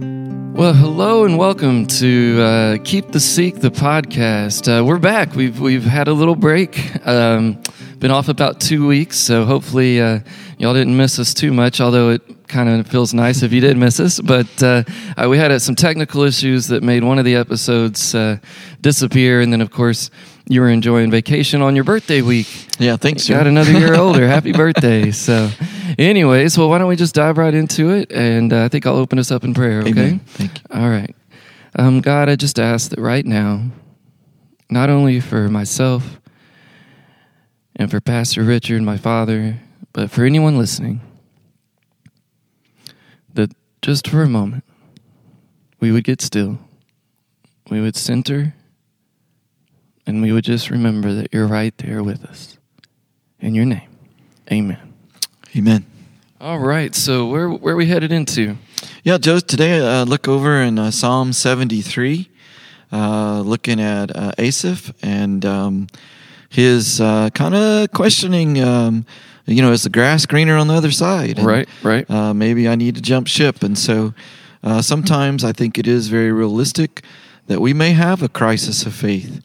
Well, hello and welcome to uh, Keep the Seek, the podcast. Uh, we're back. We've we've had a little break. Um, been off about two weeks, so hopefully uh, y'all didn't miss us too much. Although it kind of feels nice if you did miss us, but uh, uh, we had uh, some technical issues that made one of the episodes uh, disappear, and then of course you were enjoying vacation on your birthday week. Yeah, thanks. Got another year older. Happy birthday. So, anyways, well, why don't we just dive right into it? And uh, I think I'll open us up in prayer, okay? Amen. Thank you. All right. Um, God, I just ask that right now, not only for myself and for Pastor Richard, my father, but for anyone listening, that just for a moment, we would get still, we would center, and we would just remember that you're right there with us. In your name, amen. Amen. All right, so where, where are we headed into? Yeah, Joe, today uh, look over in uh, Psalm 73, uh, looking at uh, Asaph and um, his uh, kind of questioning, um, you know, is the grass greener on the other side? And, Right, right. Uh, maybe I need to jump ship. And so uh, sometimes I think it is very realistic that we may have a crisis of faith.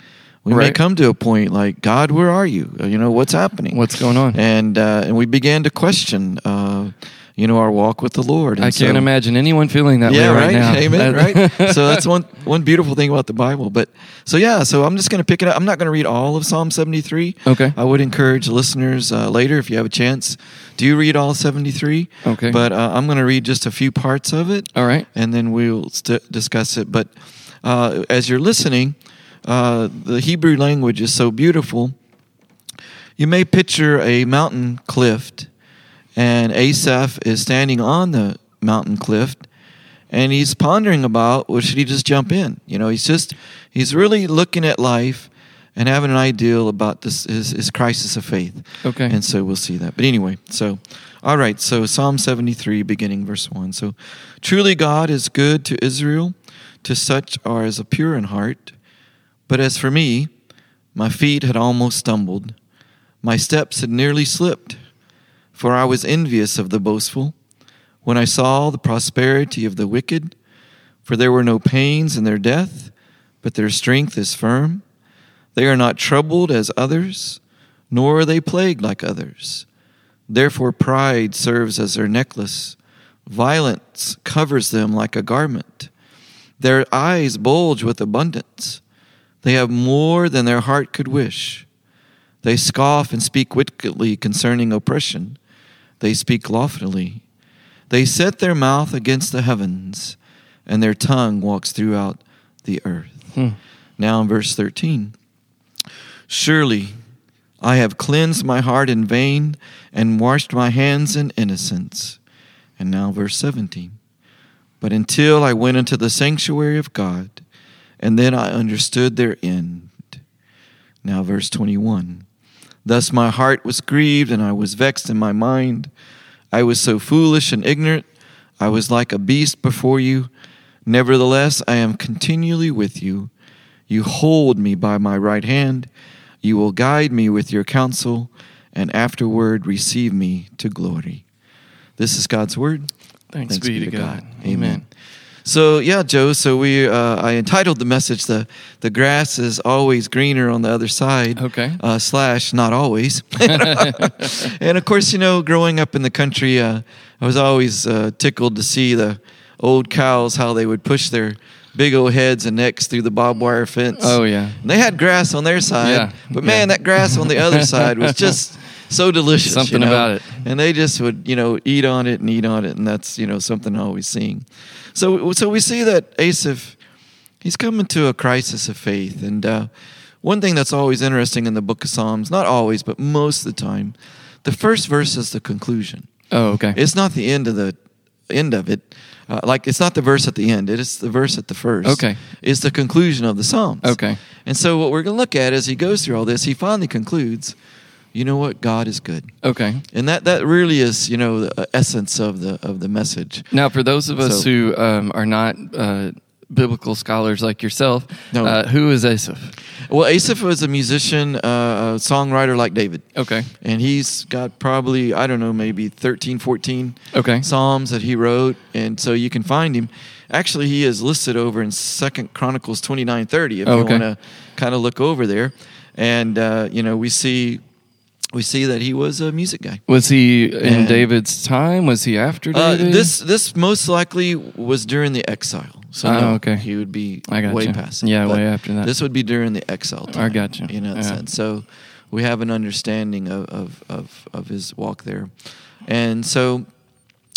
We may Right. come to a point like, God, where are you? Uh, You know, what's happening? What's going on? and uh, and we began to question, uh, you know, our walk with the Lord. And I so- can't imagine anyone feeling that Yeah, way right. right, now. Amen. That- right. So that's one one beautiful thing about the Bible. But so yeah, so I'm just going to pick it up. I'm not going to read all of Psalm 73. Okay. I would encourage listeners uh, later if you have a chance. Do you read all 73? Okay. But uh, I'm going to read just a few parts of it All right. and then we'll st- discuss it. But uh, as you're listening, uh, the Hebrew language is so beautiful. You may picture a mountain cliff, and Asaph is standing on the mountain cliff, and he's pondering about, well, should he just jump in? You know, he's just, he's really looking at life and having an ideal about this his, his crisis of faith. Okay. And so we'll see that. But anyway, so all right, so Psalm 73 beginning verse 1. So truly God is good to Israel, to such are as a pure in heart. But as for me, my feet had almost stumbled. My steps had nearly slipped, for I was envious of the boastful when I saw the prosperity of the wicked. For there were no pains in their death, but their strength is firm. They are not troubled as others, nor are they plagued like others. Therefore, pride serves as their necklace, violence covers them like a garment. Their eyes bulge with abundance. They have more than their heart could wish. They scoff and speak wickedly concerning oppression. They speak loftily. They set their mouth against the heavens, and their tongue walks throughout the earth. Hmm. Now in verse 13 Surely I have cleansed my heart in vain and washed my hands in innocence. And now verse 17 But until I went into the sanctuary of God, and then I understood their end. Now, verse 21. Thus my heart was grieved, and I was vexed in my mind. I was so foolish and ignorant. I was like a beast before you. Nevertheless, I am continually with you. You hold me by my right hand. You will guide me with your counsel, and afterward receive me to glory. This is God's word. Thanks, be, to God. Amen. So yeah, Joe. So we, uh, I entitled the message "the The grass is always greener on the other side." Okay. Uh, slash, not always. and of course, you know, growing up in the country, uh, I was always uh, tickled to see the old cows how they would push their big old heads and necks through the barbed wire fence. Oh, yeah. And they had grass on their side, Yeah, but man, yeah. that grass on the other side was just so delicious. you Something know? about it. and they just would you know eat on it and eat on it and that's you know something i always seeing so so we see that asaph he's coming to a crisis of faith and uh, one thing that's always interesting in the book of psalms not always but most of the time the first verse is the conclusion Oh, okay. it's not the end of the end of it uh, like it's not the verse at the end it is the verse at the first Okay. it's the conclusion of the psalms Okay. and so what we're going to look at as he goes through all this he finally concludes you know what god is good okay. and that that really is you uh, know the essence of the of the message Now, for those of us So- who um, are not uh, biblical scholars like yourself. No. Uh, who is Asaph? Well, Asaph was a musician, uh, a songwriter like David. Okay. And he's got probably, I don't know, maybe 13, 14 Okay. psalms that he wrote. And so you can find him. Actually, he is listed over in Second Chronicles 29, 30, if Oh, you okay. want to kind of look over there. And, uh, you know, we see, we see that he was a music guy. Was he in And- David's time? Was he after Uh, David? this this most likely was during the exile. So Oh, no, okay. he would be I got way you. past. it. Yeah, But way after that. This would be during the exile. Time, I got you. You know, that Yeah. sense. so we have an understanding of, of of of his walk there, and so,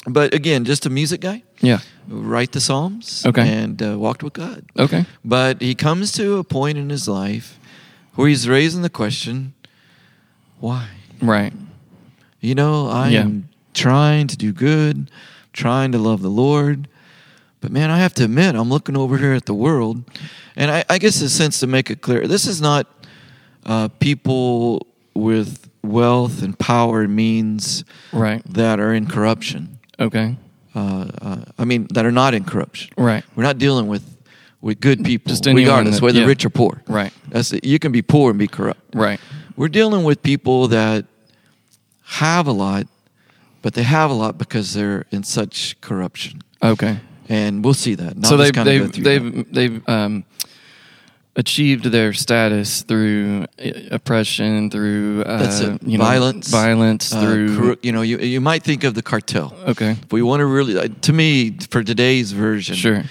but again, just a music guy. Yeah. Write the psalms. Okay. And uh, walked with God. Okay. But he comes to a point in his life where he's raising the question, why? Right. You know, I Yeah. am trying to do good, trying to love the Lord. But man, I have to admit, I'm looking over here at the world. And I, I guess, the sense to make it clear, this is not uh, people with wealth and power and means Right. that are in corruption. Okay. Uh, uh, I mean, that are not in corruption. Right. We're not dealing with, with good people, Just anyone regardless that- whether yeah. rich or poor. Right. That's it. You can be poor and be corrupt. Right. We're dealing with people that have a lot, but they have a lot because they're in such corruption, Okay. and we'll see that. And so I'll they've just kinda go they've through they've, that. they've um, achieved their status through uh, oppression, through uh, That's it. you know, violence, violence uh, through. Uh, corru- you know, you you might think of the cartel. okay. If we want to really, like, to me, for today's version, Sure.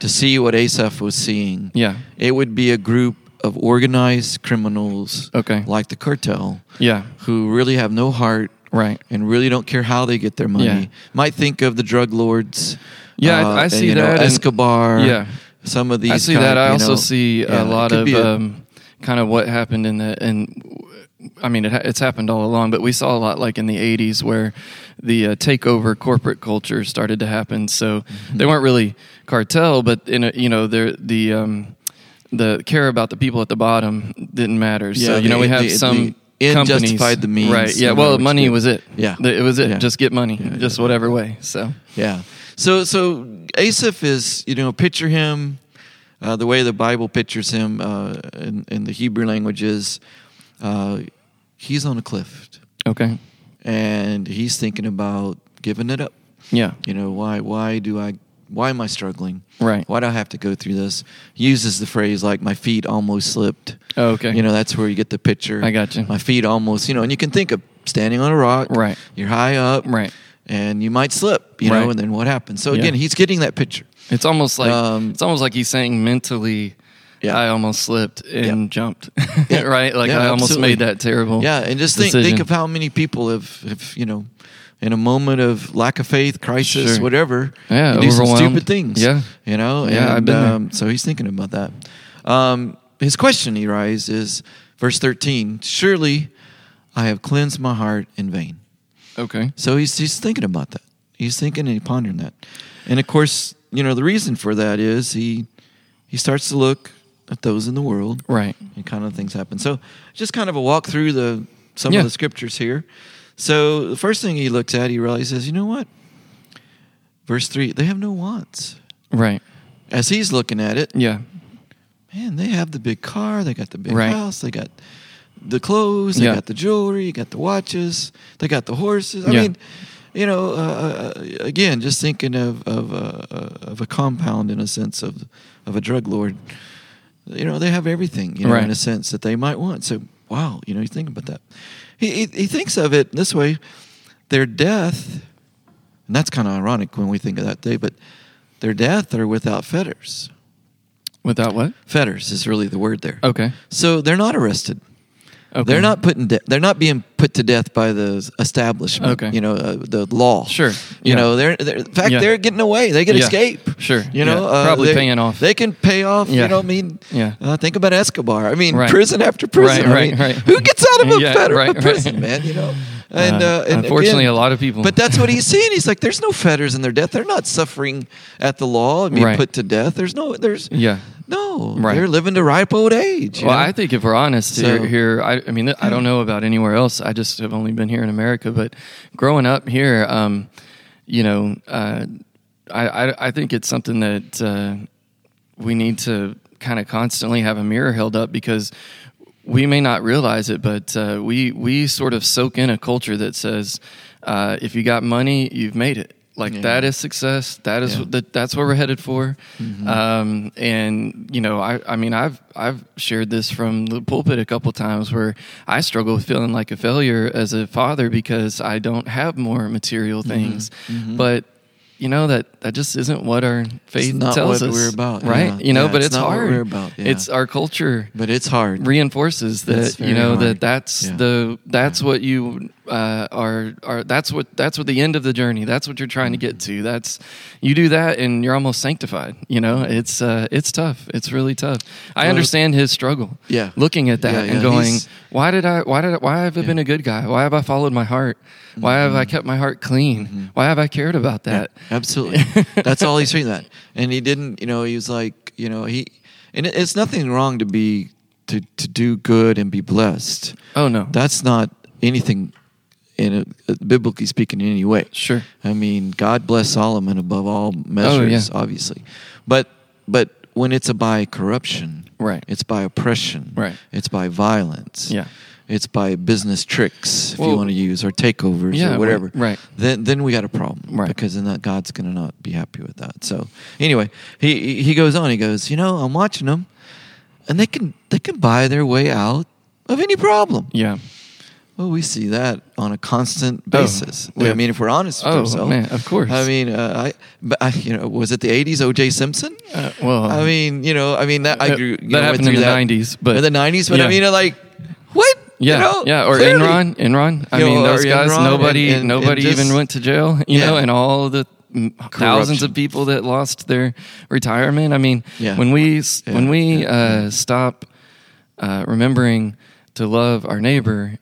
to see what Asaph was seeing, Yeah. it would be a group of organized criminals, Okay. like the cartel, Yeah. who really have no heart, Right. and really don't care how they get their money. Yeah. Might think of the drug lords. uh, Yeah, I- I and, see you know, that and- Escobar. yeah. some of these. I see kind- that. I you also know, see yeah, a it lot could of be a- um, kind of what happened in the and I mean it, ha- it's happened all along, but we saw a lot like in the '80s where the uh, takeover corporate culture started to happen. So Mm-hmm. they weren't really cartel, but in a, you know they're the um, the care about the people at the bottom didn't matter. so Yeah, you know the- we have the- some. the end companies, justified the means, right? Yeah. you know, Well, which money did- was it. Yeah. The- it was it. Yeah. Just get money, Yeah, just yeah. whatever way. So Yeah. So so Asaph is you know picture him uh, the way the Bible pictures him uh, in, in the Hebrew language is uh, he's on a cliff okay, and he's thinking about giving it up. yeah, You know, why why do I why am I struggling? Right. Why do I have to go through this? He uses the phrase like my feet almost slipped. Oh, okay. You know, that's where you get the picture. I got you. My feet almost, you know, and you can think of standing on a rock. Right. You're high up. Right. And you might slip, you Right. know, and then what happens? So Yeah. again, he's getting that picture. It's almost like Um, it's almost like he's saying mentally, Yeah. I almost slipped and Yeah. jumped, Yeah. right? Like Yeah, I almost absolutely. made that terrible. Yeah, and just think decision. think of how many people have, have you know, in a moment of lack of faith, crisis, Sure. whatever, Yeah, you do some overwhelmed. stupid things. Yeah. you know. Yeah, I've and, been there. um, so he's thinking about that. Um, his question he raised is verse thirteen. Surely, I have cleansed my heart in vain. Okay. So he's he's thinking about that. He's thinking and pondering that. And of course, you know the reason for that is he he starts to look at those in the world Right. and kind of things happen. So just kind of a walk through the some Yeah. of the scriptures here. So the first thing he looks at, he realizes, you know what? Verse three, they have no wants. Right. As he's looking at it, Yeah. man, they have the big car, they got the big Right. house, they got the clothes, they Yeah. got the jewelry, they got the watches, they got the horses. I Yeah. mean, you know, uh, uh, again, just thinking of of, uh, uh, of a compound in a sense of of a drug lord. You know, they have everything, you know, Right. in a sense that they might want. So, wow, you know, you think about that. He, he, he thinks of it this way their death, and that's kind of ironic when we think of that day, but their death are without fetters. Without what? Fetters is really the word there. Okay. So they're not arrested. Okay. They're not put in de- they're not being put to death by the establishment. Okay. You know uh, the law. Sure. You Yeah. know they're, they're in fact Yeah. they're getting away. They can Yeah. escape. Sure. You know uh, Yeah. Probably they- paying off. They can pay off. Yeah. You know I mean. Yeah. Uh, think about Escobar. I mean Right. prison after prison. Right, I right, mean, right. Who gets out of a Yeah, federal right, right. prison, man? You know. And, Uh, uh, and unfortunately, again- a lot of people- But that's what he's seeing. He's like, there's no fetters in their death. They're not suffering at the law and being Right. put to death. There's no. There's Yeah. no. Right. They're living to ripe old age. you Well, know? I think if we're honest here, So- here I, I mean, I don't know about anywhere else. I just have only been here in America, but growing up here, um, you know, uh, I, I I think it's something that uh, we need to kind of constantly have a mirror held up because we may not realize it, but uh, we we sort of soak in a culture that says uh, if you got money, you've made it. Like Yeah. that is success. That is Yeah. what that, that's what we're headed for. Um, and you know, I I mean, I've I've shared this from the pulpit a couple times where I struggle with feeling like a failure as a father because I don't have more material Mm-hmm. things, but. You know that that just isn't what our faith not tells what us we're about. right? Yeah. You know, Yeah, but it's it's, not what hard. we're about. Yeah. It's our culture But it's hard. reinforces That's that you very know hard. that that's Yeah. the that's what you uh, are are that's what that's what the end of the journey that's what you're trying to get Mm-hmm. to that's you do that and you're almost sanctified you know it's uh, it's tough it's really tough I Well, understand his struggle Yeah. looking at that Yeah, yeah. and going He's- why did I why did I, why have I been a good guy why have I followed my heart why have Mm-hmm. I kept my heart clean why have I cared about that Absolutely. That's all he's saying that. And he didn't, you know, he was like, you know, he and it- it's nothing wrong to be to to do good and be blessed. oh no That's not anything in a, uh, biblically speaking in any way. Sure. Oh, I mean, God bless Solomon above all measures, yeah. obviously. But but when it's by corruption, Right. It's by oppression, Right. It's by violence, Yeah. It's by business tricks, if you Well- want to use, or takeovers, Yeah, or well, whatever, right. Then then we got a problem, Right. Because then that God's gonna not be happy with that. So anyway, he he goes on. He goes, you know, I'm watching them, and they can they can buy their way out of any problem. yeah Well, we see that on a constant Oh, basis. yeah. I mean, if we're honest with Oh, ourselves, man, of course. I mean, uh, I, but I, you know, was it the '80s? O.J. Simpson. Uh, well, I mean, you know, I mean that I that- grew. you that know, went happened in through the that. 90s, but- in the '90s, but I Yeah. mean, like, what? Yeah, you know, yeah, or clearly. Enron, Enron. I You know, mean, or those guys. Enron nobody, and- and- nobody and just- even went to jail. You Yeah. know, and all the mm, thousands of people that lost their retirement. I mean, Yeah. when we s Yeah, when we yeah, uh, stop uh, remembering to love our neighbor,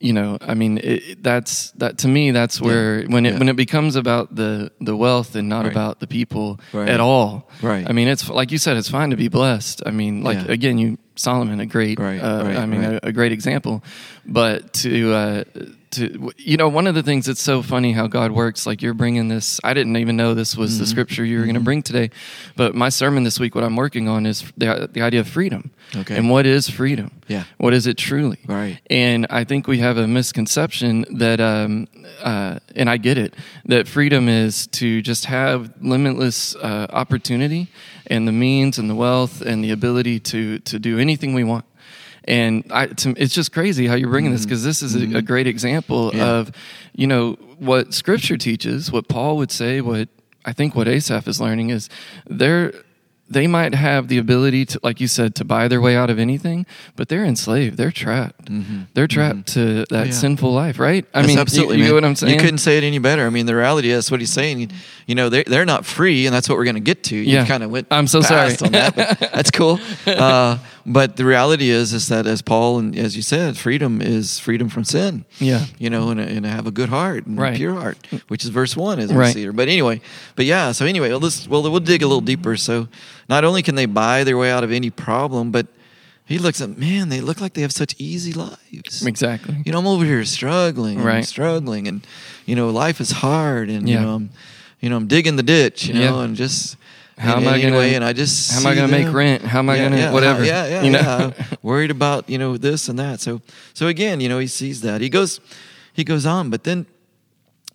you know, I mean, it, that's that to me. That's where when it yeah. when it becomes about the the wealth and not Right. about the people Right. at all. Right. I mean, it's like you said, it's fine to be blessed. I mean, like Yeah. again, you Solomon, a great. Right, uh, right, I mean, right. a, a great example. But to uh, to you know, one of the things that's so funny how God works. Like you're bringing this. I didn't even know this was the Mm-hmm. scripture you were going to bring today. But my sermon this week, what I'm working on is the the idea of freedom. Okay. And what is freedom? Yeah. What is it truly? Right. And I think we have a misconception that, um, uh, and I get it, that freedom is to just have limitless uh, opportunity and the means and the wealth and the ability to to do anything we want. And I, to, it's just crazy how you're bringing this because this is a, a great example Yeah. of, you know, what Scripture teaches, what Paul would say, what I think what Asaph is learning is they're they might have the ability to, like you said, to buy their way out of anything, but they're enslaved. They're trapped. They're trapped to that Mm-hmm. Oh, yeah. sinful life, right? I That's mean, absolutely. you, you man. get what I'm saying? You couldn't say it any better. I mean, the reality is what he's saying. You know, they're, they're not free, and that's what we're going to get to. You Yeah. kind of went. I'm so sorry. fast on that, but that's cool. Uh, but the reality is, is that as Paul and as you said, freedom is freedom from sin. Yeah. You know, and, and have a good heart and Right. a pure heart, which is verse one, as we Right. see here. But anyway, but yeah. So anyway, let's well we'll dig a little deeper. So not only can they buy their way out of any problem, but he looks at man. They look like they have such easy lives Exactly. you know, I'm over here struggling, and Right. struggling, and you know, life is hard, and you Yeah. know, I'm, you know, I'm digging the ditch, you know, Yeah. and just How and am I anyway, gonna- and I just how am I see gonna make them- rent? How am I Yeah, gonna- yeah, whatever, yeah, yeah, you know? yeah. worried about you know this and that. So so again, you know, he sees that he goes he goes on, but then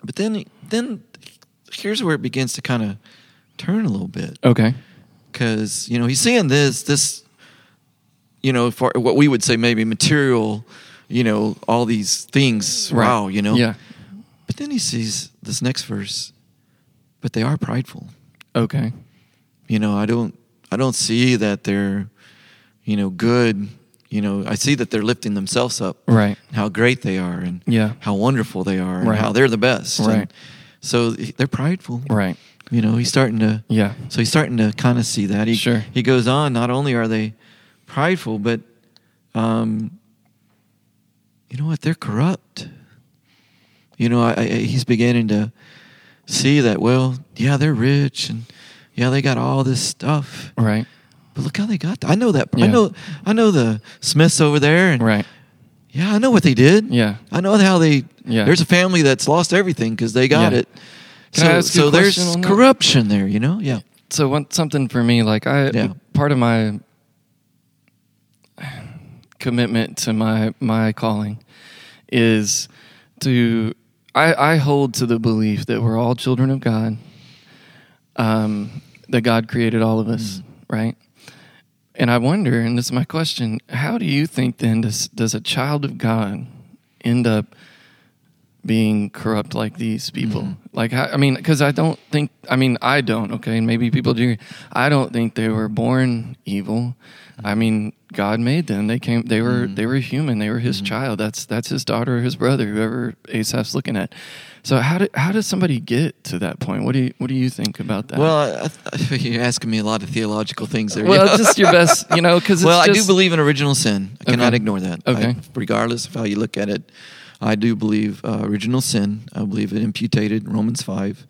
but then then here's where it begins to kind of turn a little bit Okay. because you know he's saying this this you know for what we would say maybe material you know all these things wow you know Yeah. but then he sees this next verse but they are prideful Okay. you know i don't i don't see that they're you know good you know i see that they're lifting themselves up Right. how great they are and Yeah. how wonderful they are and Right. how they're the best And Right. so they're prideful Right. you know he's starting to Yeah. so he's starting to kind of see that. He, Sure. He goes on. Not only are they prideful, but um, you know what? They're corrupt. You know, I, I, he's beginning to see that. Well, yeah, they're rich, and yeah, they got all this stuff. Right. But look how they got. That. I know that. I Yeah. know. I know the Smiths over there, and Right. yeah, I know what they did. Yeah. I know how they. Yeah. There's a family that's lost everything because they got Yeah. it. Can I so ask you so a there's question on that? corruption there, you know? Yeah. so one, something for me like i Yeah. part of my commitment to my my calling is to i i hold to the belief that we're all children of god um that god created all of us right and i wonder and this is my question how do you think then does does a child of god end up being corrupt like these people. Mm-hmm. Like, how- I mean, because I don't think, I mean, I don't, okay, and maybe people do. I don't think they were born evil. I mean, God made them. They came, they were, Mm-hmm. they were human. They were his child. That's, that's his daughter or his brother, whoever Asaph's looking at. So how do, how does somebody get to that point? What do you, what do you think about that? Well, I, I, you're asking me a lot of theological things there. well, just your best, you know, because well, I just, do believe in original sin. I cannot Okay. ignore that. Okay. I- regardless of how you look at it, I do believe uh, original sin. I believe it imputed Romans five,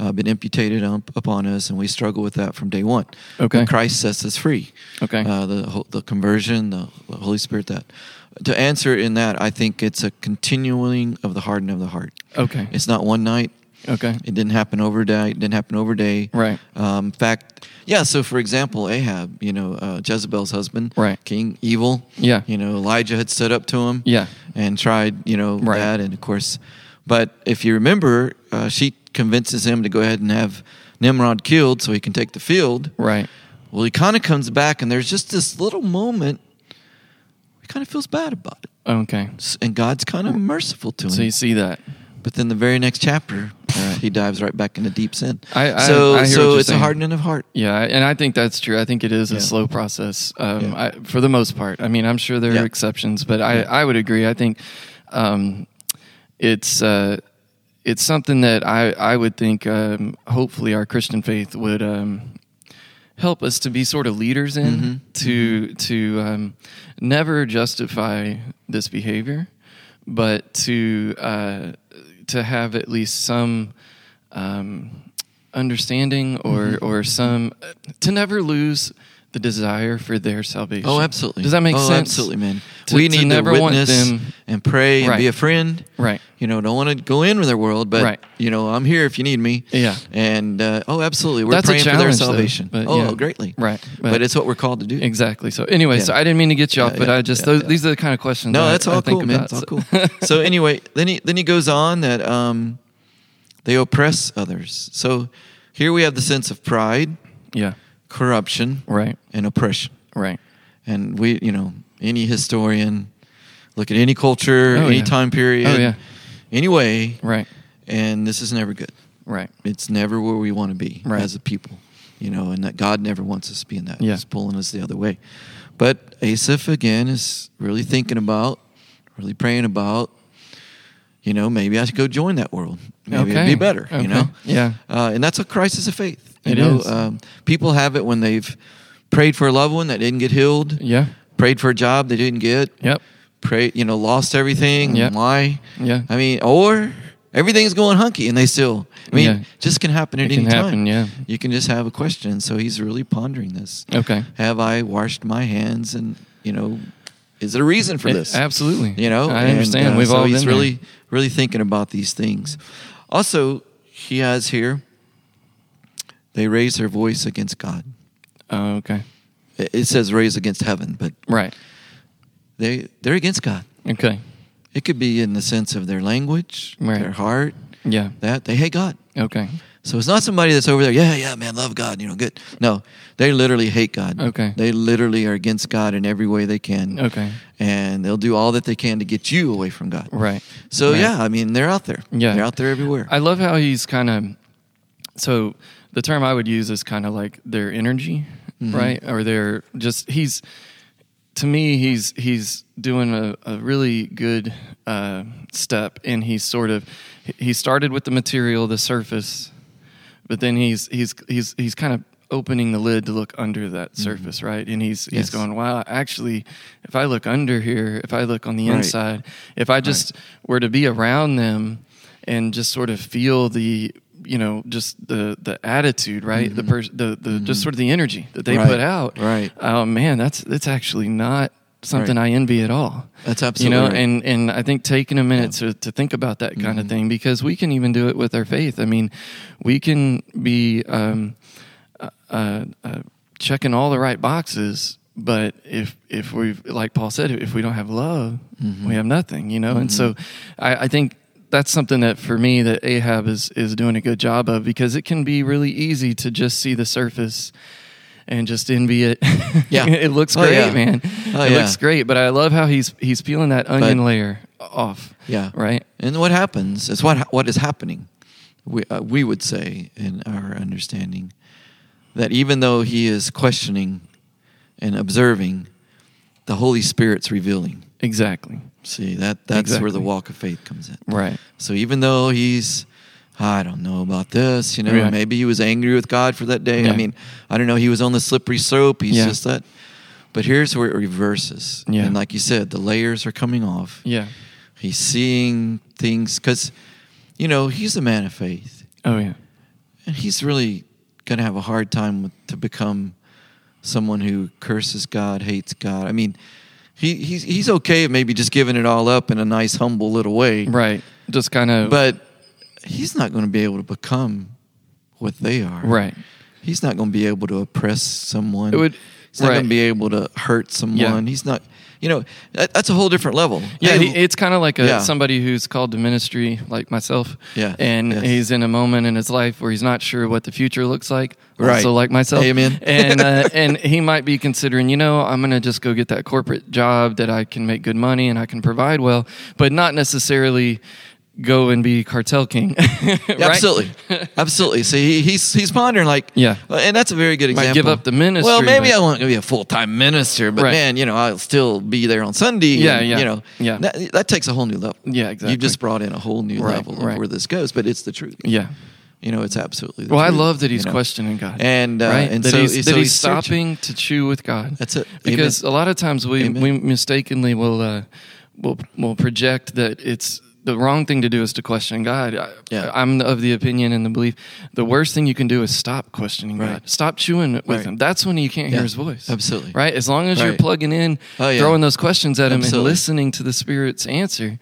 uh, been imputed up, upon us, and we struggle with that from day one. Okay. But Christ sets us free. Okay. Uh, the ho- the conversion, the, the Holy Spirit. That to answer in that, I think it's a continuing of the hardening of the heart. Okay. It's not one night. Okay. It didn't happen overnight. It didn't happen over day. Right. Um, in fact, yeah. So, for example, Ahab, you know, uh, Jezebel's husband, Right. King evil. Yeah. You know, Elijah had stood up to him. Yeah. And tried, you know, Right. that, and of course, but if you remember, uh, she convinces him to go ahead and have Nimrod killed so he can take the field. Right. Well, he kind of comes back, and there's just this little moment. He kind of feels bad about it, Okay. S- and God's kind of merciful to him. So you see that. But then the very next chapter, uh, Alright. he dives right back into deep sin. I- I- so I hear what so you're it's saying. a hardening of heart. Yeah, and I think that's true. I think it is a Yeah. slow process um, Yeah. I, for the most part. I mean, I'm sure there Yeah. are exceptions, but I, I would agree. I think um, it's uh, it's something that I, I would think um, hopefully our Christian faith would um, help us to be sort of leaders in Mhm. to to um, never justify this behavior, but to uh, to have at least some um, understanding or Mm-hmm. or some to never lose the desire for their salvation. Oh, absolutely. Does that make oh, sense? Absolutely, man. To- we to need to, never want witness them- and pray and be Right. a friend. Right. You know, don't want to go in with their world, but Right. you know, I'm here if you need me. Yeah. And uh, oh, absolutely, we're That's a praying for their challenge, though, salvation. but oh, yeah. greatly. Right, But, but- it's what we're called to do. Exactly. So anyway, Yeah. so I didn't mean to get you off, Yeah, but yeah, I just yeah, those, yeah. these are the kind of questions. No, I- that's I all think cool, man. about. It's all cool. so anyway, then he then he goes on that um, they oppress others. So here we have the sense of pride, yeah. corruption, Right. and oppression. Right. and we you know any historian look at any culture Oh, any yeah. time period Oh, yeah. anyway Right. and this is never good Right. it's never where we want to be Right. as a people you know and that god never wants us to be in that Yeah. he's pulling us the other way but asaph again is really thinking about really praying about you know maybe i should go join that world maybe it'd Okay. be better Okay. you know Yeah. uh, and that's a crisis of faith you It know is. Um, people have it when they've prayed for a loved one that didn't get healed Yeah. prayed for a job they didn't get. Yep. Pray, you know, lost everything. Yep. Why? Yeah. I mean, or everything's going hunky and they still. I mean, Yeah. just can happen at It any can time. happen, yeah. You can just have a question. So he's really pondering this. Okay. Have I washed my hands? And you know, is there a reason for Yeah, this? absolutely. You know, I And, understand. uh, We've so all he's been there. really, really thinking about these things. Also, he has here. They raise their voice against God. Oh, okay. It it says raise against heaven, but Right. they they're against God. Okay. It could be in the sense of their language, Right. their heart, Yeah. that they hate God. Okay. So it's not somebody that's over there, yeah, yeah, man, love God, you know, good. No, they literally hate God. Okay. They literally are against God in every way they can. Okay. And they'll do all that they can to get you away from God. Right. So Right. yeah, I mean, they're out there. Yeah. They're out there everywhere. I love how he's kind of so the term I would use is kind of like their energy, Mm-hmm. right? Or their just he's to me he's he's doing a, a really good uh, step and he's sort of he started with the material, the surface, but then he's he's he's he's kind of opening the lid to look under that surface, right? And he's he's Mm-hmm. Yes. going, wow, actually, if I look under here, if I look on the Right. inside, if I just were to be around them and just sort of feel the you know just the the attitude right the pers- the, the just sort of the energy that they Mm-hmm. Right. put out Right. oh man that's that's actually not something i Right. envy at all That's you know absolutely right. and and and I think taking a minute to, to think about that kind Mm-hmm. of thing because we can even do it with our faith. I mean, we can be um, uh, uh, checking all the right boxes. But if if we like Paul said, if we don't have love, Mm-hmm. we have nothing, you know. And so, I, I think that's something that for me that Ahab is is doing a good job of because it can be really easy to just see the surface and just envy it. Yeah. it looks Oh, great, yeah. man. Oh, it yeah. looks great, but I love how he's he's peeling that onion But- layer off. Yeah. Right. And what happens is what what is happening. We uh, we would say in our understanding that even though he is questioning and observing, the Holy Spirit's revealing. Exactly. See that that's where Exactly. the walk of faith comes in. Right. So even though he's "Ah, I don't know about this, you know, Right. maybe he was angry with God for that day. Yeah. I mean, I don't know. He was on the slippery slope. He's Yeah. just that. But here's where it reverses. Yeah. And like you said, the layers are coming off. Yeah. He's seeing things because, you know, he's a man of faith, Oh yeah. and he's really going to have a hard time with, to become someone who curses God, hates God. I mean, he, he's he's okay, maybe just giving it all up in a nice, humble little way, Right. Just kind of. But he's not going to be able to become what they are, right. He's not going to be able to oppress someone. It would- he's not right. going to be able to hurt someone. He's not, you know, that, that's a whole different level. Yeah, They- he, it's kind of like a Yeah. somebody who's called to ministry, like myself. Yeah, and yes. he's in a moment in his life where he's not sure what the future looks like. Right. Also, like myself. Amen. And uh, and he might be considering, you know, I'm going to just go get that corporate job that I can make good money and I can provide well, but not necessarily go and be cartel king. Right? Absolutely, absolutely. So he, he's he's pondering like uh, Yeah. and that's a very good Might example. give up the ministry, Well, maybe but- I won't be a full time minister, but Right. man, you know, I'll still be there on Sunday. Yeah, and, yeah, You know, yeah. That, that takes a whole new level. Yeah, exactly. You've just brought in a whole new Right, level of right. where this goes, but it's the truth. Yeah. You know, it's absolutely. The Well, I truth, love that he's you know. questioning God, And, uh, right? and that so- he's, so that he's he's searching. stopping to chew with God. That's it. Amen. Because a lot of times we Amen. we mistakenly will uh, will will project that it's the wrong thing to do is to question God. I, Yeah. I'm of the opinion and the belief the worst thing you can do is stop questioning Right. God. Stop chewing with Right. Him. That's when you can't Yeah. hear His voice. Absolutely. Right. As long as you're Right. plugging in, Oh, yeah. throwing those questions at Him, Absolutely. and listening to the Spirit's answer.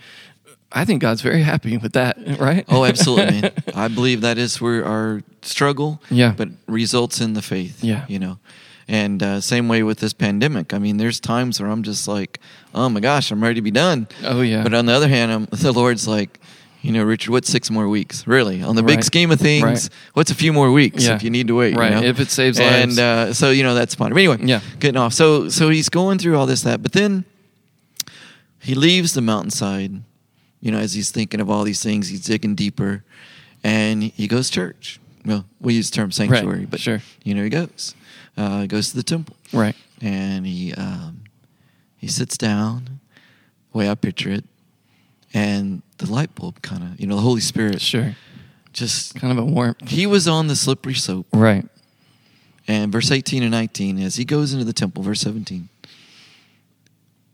I think God's very happy with that, right? Oh, absolutely, man. I believe that is where our struggle, Yeah. but results in the faith. Yeah. you know, and uh, same way with this pandemic. I mean, there's times where I'm just like, oh my gosh, I'm ready to be done. Oh, yeah. But on the other hand, I'm, the Lord's like, you know, Richard, what's six more weeks? Really, on the big Right. scheme of things, Right. what's a few more weeks Yeah. if you need to wait? you Right. know? If it saves and lives. uh, so you know that's fine. But anyway, Yeah. getting off. So so he's going through all this that, but then he leaves the mountainside you know as he's thinking of all these things he's digging deeper and he goes church well we use the term sanctuary but sure. you know he goes uh, goes to the temple Right. and he um, he sits down the way i picture it and the light bulb kind of you know the holy spirit Sure. just Kind of a warmth. he was on the slippery slope Right. and verse 18 and 19, as he goes into the temple, verse 17,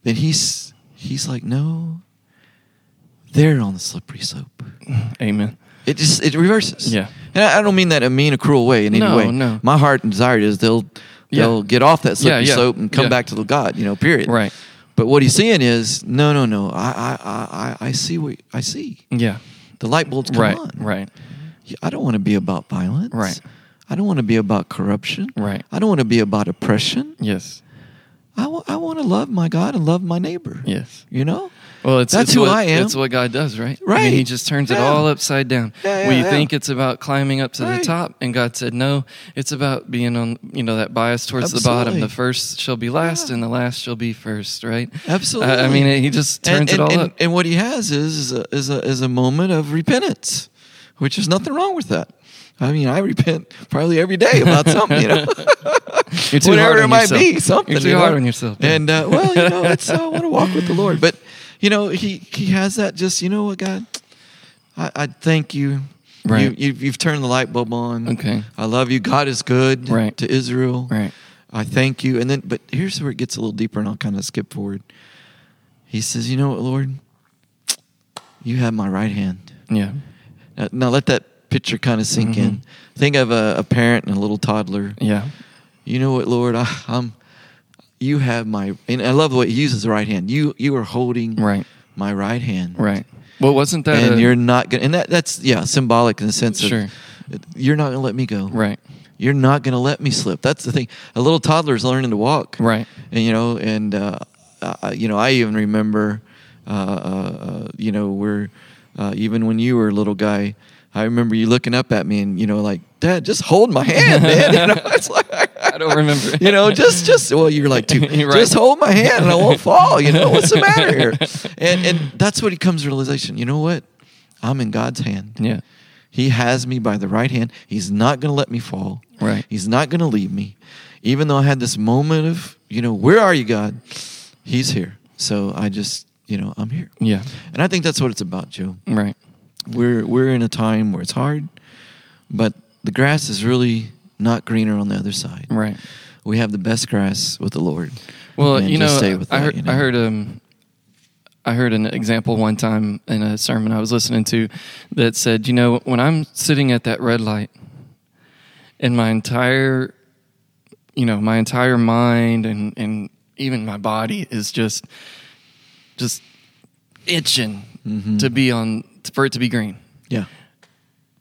then he's he's like, no, they're on the slippery slope. Amen. It just it reverses. Yeah. and I, I don't mean that in a mean a cruel way in any No, way. no. my heart and desire is they'll Yeah. they'll get off that slippery yeah, slope and come yeah. back to the God. You know, period. Right. But what he's saying is, no, no, no. I I I I I see what I see. Yeah. The light bulbs come Right. on. Right. Yeah, I don't want to be about violence. Right. I don't want to be about corruption. Right. I don't want to be about oppression. Yes. I want to love my God and love my neighbor. Yes. You know? Well, it's That's it's who what, I am. It's what God does, right? I Right. mean, he just turns it Yeah. all upside down. Yeah, yeah, we yeah. think it's about climbing up to Right. the top, and God said, "No, it's about being on you know that bias towards the bottom. Absolutely. The first shall be last, Yeah. and the last shall be first, right? Absolutely. I, I mean, he just turns and, it all and, up. And what he has is is a, is a is a moment of repentance, which is nothing wrong with that. I mean, I repent probably every day about something, you know, You're too whatever hard on it might yourself. be, something. You're too you know? hard on yourself. yeah. And uh, well, you know, it's I want to walk with the Lord, but you know, he he has that. Just you know what, God, I, I thank you. Right. You, you've, you've turned the light bulb on. Okay. I love you. God is good Right. to Israel. right. I thank you. And then, but here's where it gets a little deeper, and I'll kind of skip forward. He says, You know what, Lord? You have my right hand. Yeah. Now, now let that picture kind of sink in. Mhm. Think of a, a parent and a little toddler. Yeah. You know what, Lord? I, I'm. You have my, and I love the way he uses the right hand. You you are holding Right. my right hand, Right. Well, wasn't that and a, you're not gonna, and that that's yeah symbolic in the sense Sure. of you're not gonna let me go, right? You're not going to let me slip. That's the thing. A little toddler's learning to walk. Right. And, you know, and, uh, uh, you know, I even remember, uh, uh, you know, where uh, even when you were a little guy, I remember you looking up at me and, you know, like, Dad, just hold my hand, man. You know, it's like, I don't remember. you know, just just well, you're like, dude, You're right. just hold my hand and I won't fall. You know, what's the matter here? And and that's what it comes to realization. You know what? I'm in God's hand. Yeah. He has me by the right hand. He's not going to let me fall. Right. He's not going to leave me, even though I had this moment of you know, where are you, God? He's here. So I just you know, I'm here. Yeah. And I think that's what it's about, Joe Right. we're we're in a time where it's hard, but the grass is really not greener on the other side. Right. We have the best grass with the Lord. Well, And you know, just stay with I that, heard, you know? I heard um, I heard an example one time in a sermon I was listening to that said, you know, when I'm sitting at that red light, and my entire, you know, my entire mind and and even my body is just, just itching Mm-hmm. to be on for it to be green, Yeah.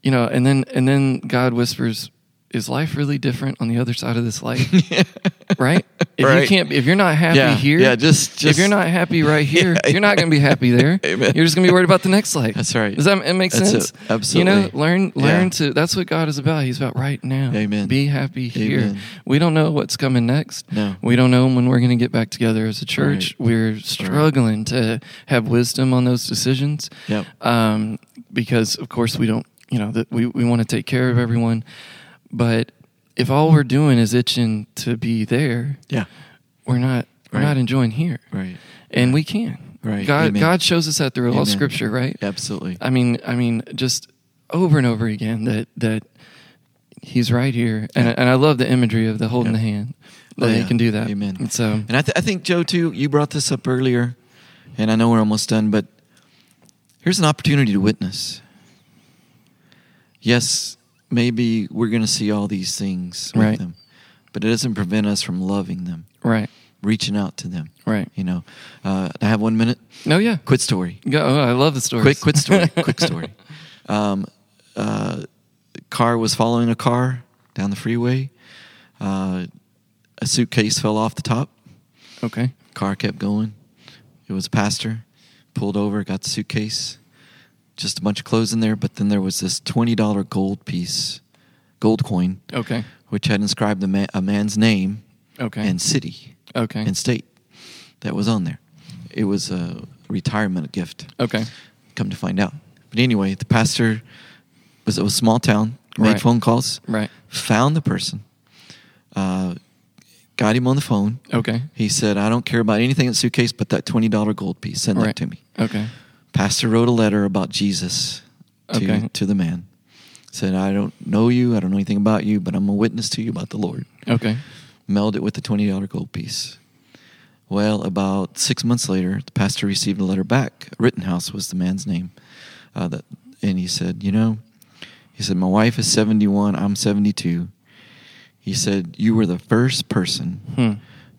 you know, and then and then God whispers. Is life really different on the other side of this light? right? If you Right. can't, if you're not happy Yeah, here, yeah, just- if just- you're not happy right here, Yeah, you're not going to be happy there. Amen. You're just going to be worried about the next light. That's right. Does that it make That's it. sense? You know, Absolutely. learn learn Yeah. to. That's what God is about. He's about right now. Amen. Be happy here. Amen. We don't know what's coming next. No. We don't know when we're going to get back together as a church. We're struggling to have wisdom on those decisions. Yep. Um, because of course we don't. You know that we we want to take care of everyone, but if all we're doing is itching to be there, Yeah. we're not we're Right. not enjoying here, Right. and we can. Right. God Amen. God shows us that through all Amen. Scripture, right? Absolutely. I mean, I mean, just over and over again that that He's right here, and and I love the imagery of the holding the hand that Oh, He yeah. can do that. Amen. And so And I, th- I think Joe too. You brought this up earlier, and I know we're almost done, but here's an opportunity to witness. Yes, maybe we're going to see all these things with Right. them, but it doesn't prevent us from loving them, right, reaching out to them. right. You know, uh, I have one minute. No, yeah. Quick story. Go. Oh, I love the story. Quick, quick story. quick story. Um, uh, car was following a car down the freeway. Uh, a suitcase fell off the top. okay. Car kept going. It was a pastor. Pulled over, got the suitcase. Just a bunch of clothes in there, but then there was this twenty dollar gold piece, gold coin, Okay. which had inscribed a, ma- a man's name Okay. and city okay. and state that was on there. It was a retirement gift. okay. Come to find out. But anyway, the pastor was it was a small town, made Right. phone calls, Right. found the person, uh, got him on the phone. Okay. He said, I don't care about anything in the suitcase but that twenty dollar gold piece. Send right that to me. Okay. Pastor wrote a letter about Jesus to, Okay. to the man. Said, I don't know you, I don't know anything about you, but I'm a witness to you about the Lord Okay. mailed it with a twenty dollar gold piece. Well, about six months later, the pastor received a letter back. Rittenhouse was the man's name, uh, that, and he said, "You know," he said, "My wife is seventy one. I'm seventy two. He said, "You were the first person Hmm.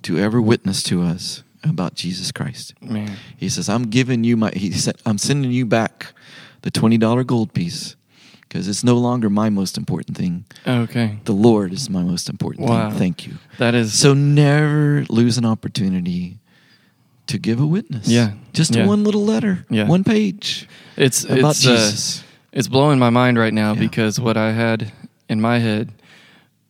to ever witness to us about Jesus Christ." Man. He says, "I'm giving you my." He said, "I'm sending you back the twenty dollar gold piece because it's no longer my most important thing. Okay. The Lord is my most important Wow. thing. Thank you." That is So never lose an opportunity to give a witness. Yeah. Just Yeah. one little letter, Yeah. one page It's about it's, uh, Jesus. it's blowing my mind right now Yeah. because what I had in my head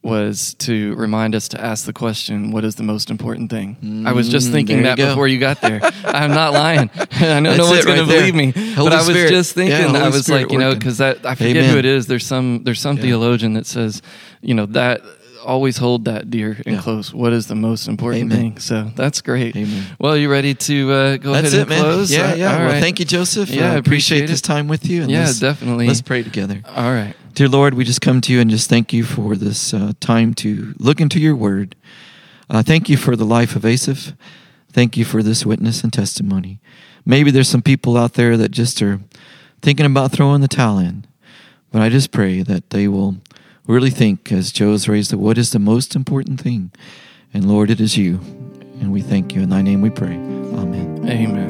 was to remind us to ask the question, "What is the most important thing?" I was just Mm, thinking there you that go. before you got there. I'm not lying. I know That's no one's it going right to there. believe me, Holy but I was Spirit. just thinking. Yeah, Holy I was Spirit like, you know, working. because that I forget who Amen. it is. There's some there's some Yeah. theologian that says, you know, that always hold that dear and Yeah. close. What is the most important Amen. thing? So that's great. Amen. Well, you ready to uh, go That's ahead it, and man. close? Yeah, Uh, yeah. all Well, right. thank you, Joseph. Yeah, I appreciate appreciate this it. time with you. and Yeah, let's- definitely. Let's pray together. All right. Dear Lord, we just come to you and just thank you for this uh, time to look into your word. Uh, thank you for the life of Asaph. Thank you for this witness and testimony. Maybe there's some people out there that just are thinking about throwing the towel in, but I just pray that they will really think, as Joe's raised, that what is the most important thing? And Lord, it is you. And we thank you. In thy name we pray. Amen. Amen.